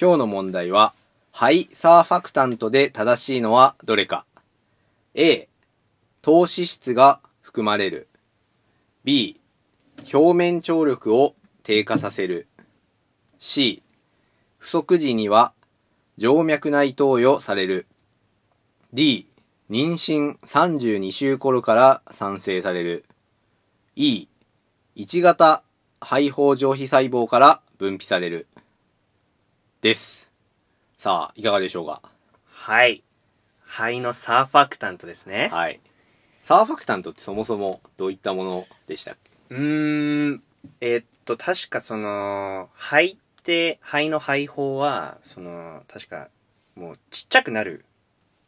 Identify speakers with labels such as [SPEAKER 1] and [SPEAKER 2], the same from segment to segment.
[SPEAKER 1] 今日の問題は、肺サーファクタントで正しいのはどれか ?A、糖脂質が含まれる。B、表面張力を低下させる。C、不足時には静脈内投与される。D、妊娠32週頃から産生される。E、1型肺胞上皮細胞から分泌される。です。さあ、いかがでしょうか
[SPEAKER 2] はい。肺のサーファクタントですね。
[SPEAKER 1] はい。サーファクタントってそもそもどういったものでしたっけ
[SPEAKER 2] うーん。えっと、確かその、肺って、肺の肺胞は、その、確か、もうちっちゃくなる、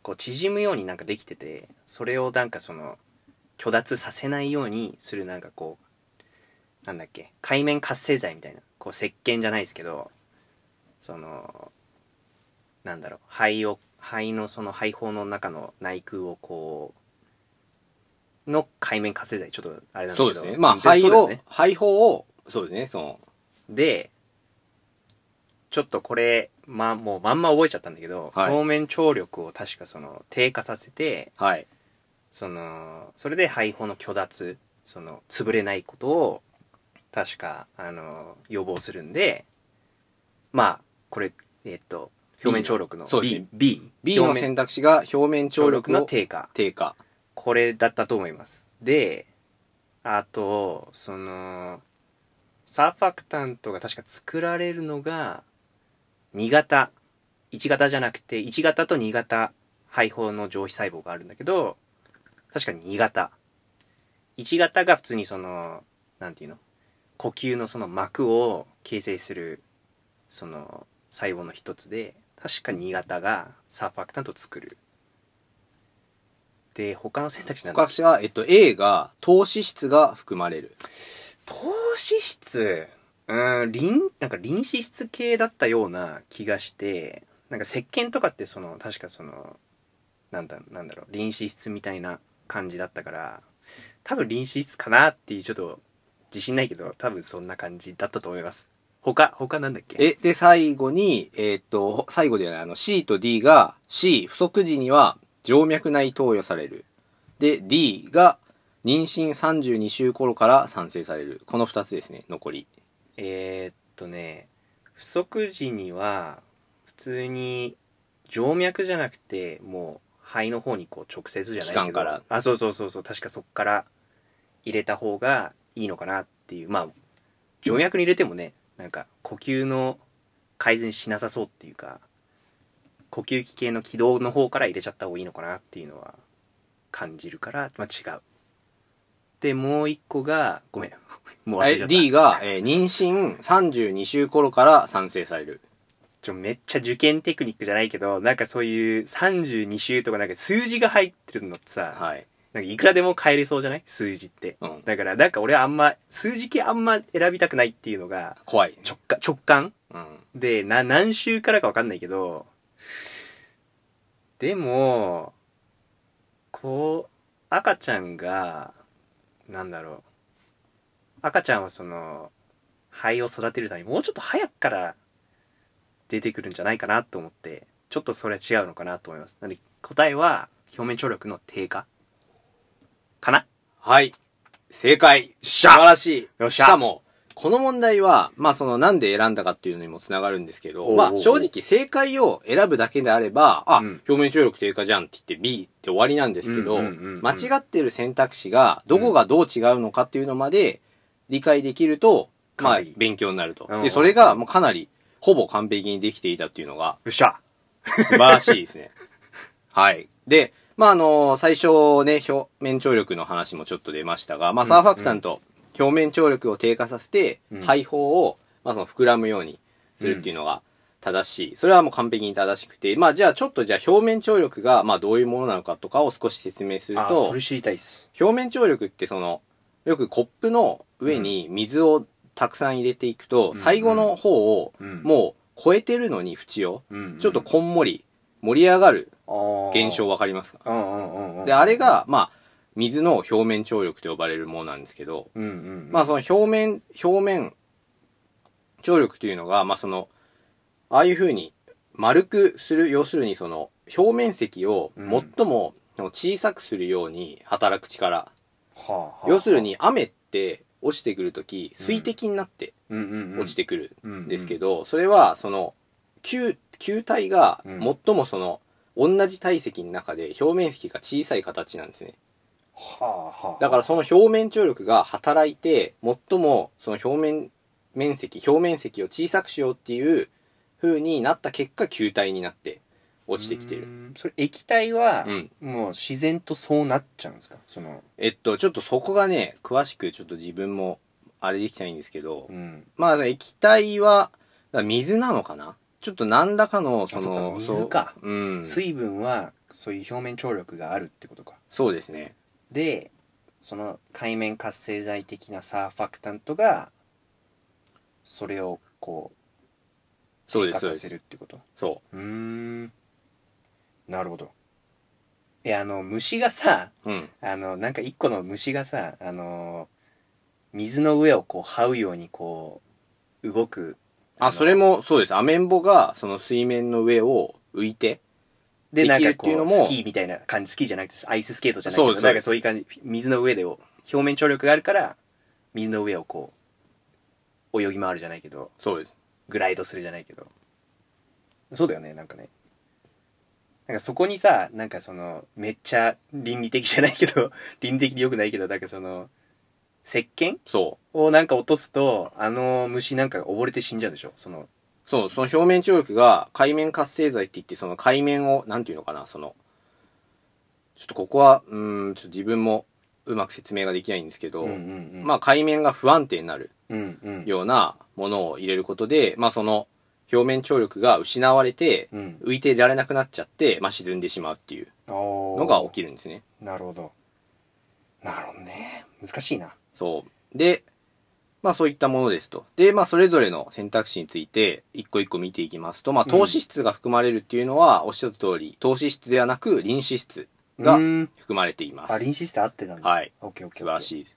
[SPEAKER 2] こう縮むようになんかできてて、それをなんかその、虚脱させないようにするなんかこう、なんだっけ、海面活性剤みたいな、こう石鹸じゃないですけど、その、なんだろう、肺を、肺のその肺胞の中の内腔をこう、の海面活性剤、ちょっとあれなんだけど。
[SPEAKER 1] そうですね。まあ、
[SPEAKER 2] 全然
[SPEAKER 1] 肺
[SPEAKER 2] そうだよ
[SPEAKER 1] を、
[SPEAKER 2] ね
[SPEAKER 1] 肺胞を、そうですね、その、
[SPEAKER 2] で、ちょっとこれ、まあ、もうまんま覚えちゃったんだけど、
[SPEAKER 1] はい
[SPEAKER 2] 表面張力を確かその低下させて、
[SPEAKER 1] はい。
[SPEAKER 2] その、それで肺胞の虚脱、その、潰れないことを、確か、あの、予防するんで、まあ、これ、えっと、表面張力の B、
[SPEAKER 1] そうですね
[SPEAKER 2] B、
[SPEAKER 1] B の
[SPEAKER 2] 表面
[SPEAKER 1] 選択肢が表面張
[SPEAKER 2] 張
[SPEAKER 1] 力
[SPEAKER 2] 力
[SPEAKER 1] の
[SPEAKER 2] の
[SPEAKER 1] 低
[SPEAKER 2] 低
[SPEAKER 1] 下。
[SPEAKER 2] 下。これだったと思いますであとそのサーファクタントが確か作られるのが2型1型じゃなくて1型と2型肺胞の上皮細胞があるんだけど確かに2型1型が普通にそのなんていうの呼吸のその膜を形成するその細胞の一つで確か2型がサーファクタントを作るで他の選択肢なんだっけ
[SPEAKER 1] 他肢は、えっと、A が、糖脂質が含まれる。
[SPEAKER 2] 糖脂質うーんリンなんかリン脂質系だったような気がしてなんか石鹸とかってその確かそのなんだなんだろうリン脂質みたいな感じだったから多分リン脂質かなっていうちょっと自信ないけど多分そんな感じだったと思います他他なんだっけ
[SPEAKER 1] え、で、最後に、えっと、最後ではない、あの、C と D が、C、不足時には静脈内投与される。で、D が、妊娠32週頃から産生される。この2つですね、残り。
[SPEAKER 2] えーっとね不足時には普通に静脈じゃなくてもう肺の方にこう直接じゃないけど
[SPEAKER 1] 気管から
[SPEAKER 2] あそうそうそうそう確かそっから入れた方がいいのかなっていうまあ静脈に入れてもねなんか呼吸の改善しなさそうっていうか呼吸器系の軌道の方から入れちゃった方がいいのかなっていうのは感じるから、まあ、違うでもう一個がごめん もう忘れちゃ
[SPEAKER 1] え
[SPEAKER 2] った
[SPEAKER 1] D が、えー妊娠32週頃から産生される。
[SPEAKER 2] ちょ、めっちゃ受験テクニックじゃないけど、なんかそういう32週とかなんか数字が入ってるのってさ、
[SPEAKER 1] はい。
[SPEAKER 2] なんかいくらでも変えれそうじゃない数字って。
[SPEAKER 1] うん
[SPEAKER 2] だからなんか俺あんま、数字系あんま選びたくないっていうのが、
[SPEAKER 1] 怖い。
[SPEAKER 2] 直感、直感
[SPEAKER 1] うん。
[SPEAKER 2] で、な、何週からかわかんないけど、でも、こう、赤ちゃんが、なんだろう。赤ちゃんはその、肺を育てるためにもうちょっと早くから出てくるんじゃないかなと思って、ちょっとそれは違うのかなと思います。なので、答えは、表面張力の低下かな
[SPEAKER 1] はい。正解。
[SPEAKER 2] しゃ
[SPEAKER 1] 素晴らしい。
[SPEAKER 2] よっしゃ
[SPEAKER 1] しかも、この問題は、まあそのなんで選んだかっていうのにもつながるんですけど、
[SPEAKER 2] おうおう
[SPEAKER 1] まあ正直正解を選ぶだけであれば、あ、
[SPEAKER 2] うん
[SPEAKER 1] 表面張力低下じゃんって言って B って終わりなんですけど、
[SPEAKER 2] うんうんうんうん
[SPEAKER 1] 間違ってる選択肢がどこがどう違うのかっていうのまで理解できると、
[SPEAKER 2] うん
[SPEAKER 1] まあ
[SPEAKER 2] 完璧
[SPEAKER 1] 勉強になると
[SPEAKER 2] うん。うん
[SPEAKER 1] で、それがもうかなりほぼ完璧にできていたっていうのが、
[SPEAKER 2] よっしゃ
[SPEAKER 1] 素晴らしいですね。はい。で、まあ、あの、最初ね、表面張力の話もちょっと出ましたが、まあ、サーファクタント、表面張力を低下させて、
[SPEAKER 2] うん
[SPEAKER 1] 肺胞を、まあ、その膨らむようにするっていうのが正しい。それはもう完璧に正しくて、まあ、じゃあちょっとじゃあ表面張力が、まあ、どういうものなのかとかを少し説明する
[SPEAKER 2] あ、
[SPEAKER 1] と
[SPEAKER 2] それ、知りたいっす。
[SPEAKER 1] 表面張力ってその、よくコップの上に水をたくさん入れていくと、
[SPEAKER 2] ん
[SPEAKER 1] 最後の方を、
[SPEAKER 2] うん
[SPEAKER 1] もう超えてるのに縁を、
[SPEAKER 2] うん
[SPEAKER 1] ちょっとこんもり、盛り上がる現
[SPEAKER 2] 現
[SPEAKER 1] 象わかりますか
[SPEAKER 2] うんうんうんうん。
[SPEAKER 1] で、あれが、まあ、水の表面張力と呼ばれるものなんですけど、
[SPEAKER 2] うんうんうん。
[SPEAKER 1] まあその表面、表面張力というのが、まあその、ああいう風に丸くする、要するにその表面積を最もその小さくするように働く力。
[SPEAKER 2] はあはあ
[SPEAKER 1] 要する、に雨って落ちてくるとき、水滴になって
[SPEAKER 2] うんうんうん、
[SPEAKER 1] 落ちてくる
[SPEAKER 2] る
[SPEAKER 1] んですけど、それはその球、球体が
[SPEAKER 2] うん
[SPEAKER 1] 最もその同じ体積の中で表面積が小さい形なんですね。
[SPEAKER 2] はあはあ、
[SPEAKER 1] だからその表面張力が働いて、最もその表面面積、表面積を小さくしようっていう風になった結果、球体になって落ちてきて
[SPEAKER 2] う
[SPEAKER 1] る。
[SPEAKER 2] んそれ液体は、
[SPEAKER 1] うん。
[SPEAKER 2] もう自然とそうなっちゃうんですかその
[SPEAKER 1] えっと、ちょっとそこがね、詳しくちょっと自分もあれできてないんですけど
[SPEAKER 2] う、ん
[SPEAKER 1] まああの、液体は、だから水なのかなちょっと何らかの、その
[SPEAKER 2] あ、そうか水か
[SPEAKER 1] そう。うん。
[SPEAKER 2] 水分はそういう表面張力があるってことか
[SPEAKER 1] そうですね。
[SPEAKER 2] でその海面活性剤的なサーファクタントがそれをこう
[SPEAKER 1] そうで
[SPEAKER 2] 化
[SPEAKER 1] す、そう
[SPEAKER 2] さ
[SPEAKER 1] で
[SPEAKER 2] せるっ
[SPEAKER 1] す。
[SPEAKER 2] てこと
[SPEAKER 1] そう
[SPEAKER 2] ーんなるほどえあの虫がさ
[SPEAKER 1] う。うん。
[SPEAKER 2] あのなんか一個の虫がさあの水の上をこう這うようにこう動く
[SPEAKER 1] あ、それも、そうです。アメンボが、その水面の上を浮いて、
[SPEAKER 2] で
[SPEAKER 1] で
[SPEAKER 2] なん
[SPEAKER 1] きる
[SPEAKER 2] か
[SPEAKER 1] ってい
[SPEAKER 2] こ
[SPEAKER 1] うの
[SPEAKER 2] う
[SPEAKER 1] も
[SPEAKER 2] スキーみたいな感じスキーじゃなくてアイススケートじゃないけ
[SPEAKER 1] そうで
[SPEAKER 2] ど
[SPEAKER 1] す
[SPEAKER 2] なんかそういう感じ水の上でを表面張力があるから水の上をこう泳ぎ回るじゃないけど
[SPEAKER 1] そうです。
[SPEAKER 2] グライドするじゃないけどそうだよねなんかねなんかそこにさなんかそのめっちゃ倫理的じゃないけど倫理的でよくないけどなんかその石鹸
[SPEAKER 1] そう。
[SPEAKER 2] をなんか落とすとあの虫なんか溺れて死んじゃうでしょその
[SPEAKER 1] そう、その表面張力が海面活性剤って言って、その海面を、なんていうのかな、その、ちょっとここは、うーん、ちょっと自分もうまく説明ができないんですけど、ま
[SPEAKER 2] あ
[SPEAKER 1] あ海面が不安定になる
[SPEAKER 2] うんうん
[SPEAKER 1] ようなものを入れることで、まあその表面張力が失われて、
[SPEAKER 2] うん
[SPEAKER 1] 浮いていられなくなっちゃって、まあ沈んでしまうっていうの
[SPEAKER 2] の
[SPEAKER 1] が起きるんですね。
[SPEAKER 2] なるほど。なるほどね。難しいな。
[SPEAKER 1] そう。で、まあそういったものですと。で、まあそれぞれの選択肢について一個一個見ていきますと、まあ投資質が含まれるっていうのはおっしゃった通り、投資質ではなく臨死質が
[SPEAKER 2] うーん
[SPEAKER 1] 含まれています。
[SPEAKER 2] あ、リンシステ合ってたんだ。
[SPEAKER 1] はい。
[SPEAKER 2] オッケーオッケ
[SPEAKER 1] 素
[SPEAKER 2] ー。
[SPEAKER 1] 晴ら
[SPEAKER 2] い。
[SPEAKER 1] しいです。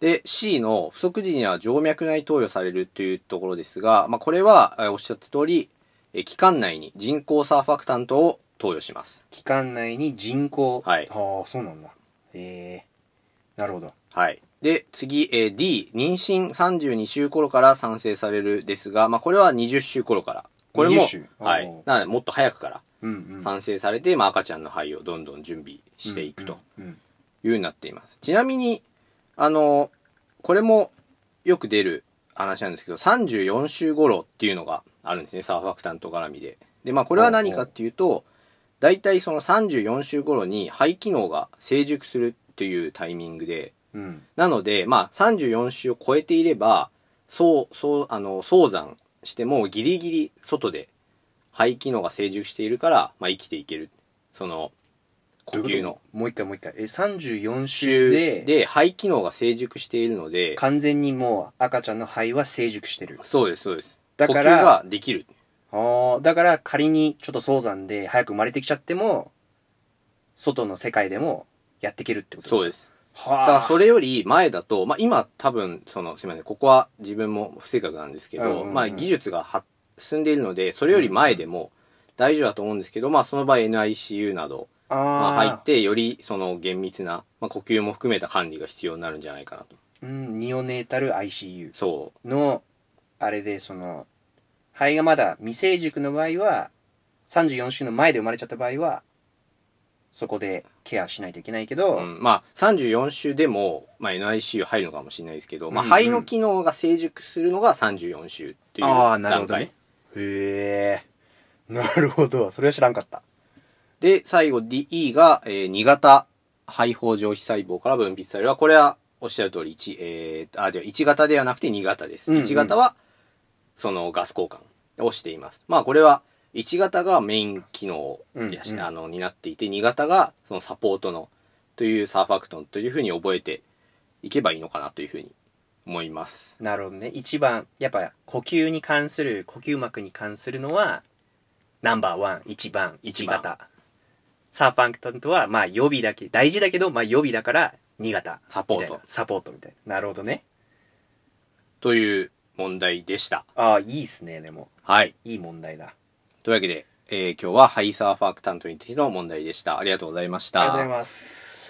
[SPEAKER 1] で、C の不足時には静脈内投与されるというところですが、まあこれはえーおっしゃった通り、えー気管内に人工サーファクタントを投与します。
[SPEAKER 2] 期間内に人口。
[SPEAKER 1] はい
[SPEAKER 2] ああ、そうなんだ。ええなるほど。
[SPEAKER 1] はい。で、次、えー D、妊娠32週頃から産生されるですが、まあ、これは20週頃から。これも
[SPEAKER 2] 20週、
[SPEAKER 1] は
[SPEAKER 2] お
[SPEAKER 1] い
[SPEAKER 2] ー。
[SPEAKER 1] なので、もっと早くから
[SPEAKER 2] うんうん。
[SPEAKER 1] 産生されて、まあ、赤ちゃんの肺をどんどん準備していくと
[SPEAKER 2] うん。うん。
[SPEAKER 1] いうようになっています。ちなみに、あの、これもよく出る話なんですけど、34週頃っていうのがあるんですね、サーファクタント絡みで。で、まあ、これは何かっていうと、大体その34週頃に肺機能が成熟するというタイミングで、
[SPEAKER 2] うんうん
[SPEAKER 1] なので、まあ、34週を超えていれば、そう、そう、あの、早産してもギリギリ外で肺機能が成熟しているから、まあ、生きていける。その、呼
[SPEAKER 2] どうい
[SPEAKER 1] 吸
[SPEAKER 2] うこ
[SPEAKER 1] の。
[SPEAKER 2] ともう一回もう一回。え、34週
[SPEAKER 1] 週
[SPEAKER 2] で、
[SPEAKER 1] で肺機能が成熟しているので、
[SPEAKER 2] 完全にもう赤ちゃんの肺は成熟してる。
[SPEAKER 1] そうです、そうです。
[SPEAKER 2] だから
[SPEAKER 1] 呼吸ができる。
[SPEAKER 2] ああ、だから仮にちょっと早産で早く生まれてきちゃっても、外の世界でもやっていけるってこと
[SPEAKER 1] そう
[SPEAKER 2] で
[SPEAKER 1] です。
[SPEAKER 2] す。は
[SPEAKER 1] だ
[SPEAKER 2] あ。
[SPEAKER 1] からそれより前だと、まあ、今多分、その、すみません、ここは自分も不正確なんですけど、
[SPEAKER 2] うんうんうん
[SPEAKER 1] まあ、技術がは進んでいるので、それより前でも大丈夫だと思うんですけど、まあ、その場合 NICU など、
[SPEAKER 2] あー、
[SPEAKER 1] まあ、入って、よりその厳密な、まあ、呼吸も含めた管理が必要になるんじゃないかなと。
[SPEAKER 2] うん、ニオネータル ICU
[SPEAKER 1] そ
[SPEAKER 2] の、あれで、その、肺がまだ未成熟の場合は、34週の前で生まれちゃった場合は、そこでケアしないといけないけど、
[SPEAKER 1] う。うん、まあ、34週でも、まあ、NICU 入るのかもしれないですけど、まあ、
[SPEAKER 2] うんうん
[SPEAKER 1] 肺の機能が成熟するのが34週っていう
[SPEAKER 2] ああ、
[SPEAKER 1] 段階。
[SPEAKER 2] なるほどね。へえ、なるほど。それは知らんかった。
[SPEAKER 1] で、最後 DE が、えー、2型肺胞上皮細胞から分泌される。これは、おっしゃる通り1、えー、あ、じゃ1型ではなくて2型です。
[SPEAKER 2] うんうん
[SPEAKER 1] 1型は、そのガス交換をしています。まあ、これは、1型がメイン機能を
[SPEAKER 2] うん
[SPEAKER 1] やし、
[SPEAKER 2] うん
[SPEAKER 1] あの、担っていて、2型が、そのサポートの、というサーファクトンというふうに覚えていけばいいのかなというふうに思います。
[SPEAKER 2] なるほどね。一番、やっぱ呼吸に関する、呼吸膜に関するのは、ナンバーワン、一番、一
[SPEAKER 1] 番
[SPEAKER 2] 型。サーファンクタントは、まあ予備だけ、大事だけど、まあ予備だから、2型。
[SPEAKER 1] サポート
[SPEAKER 2] みたいなサポートみたいな。なるほどね。
[SPEAKER 1] という問題でした。
[SPEAKER 2] ああ、いいっすね、でも。
[SPEAKER 1] はい。
[SPEAKER 2] いい問題だ。
[SPEAKER 1] というわけで、えー今日はハイサーファクタントについての問題でした。ありがとうございました。
[SPEAKER 2] ありがとうございます。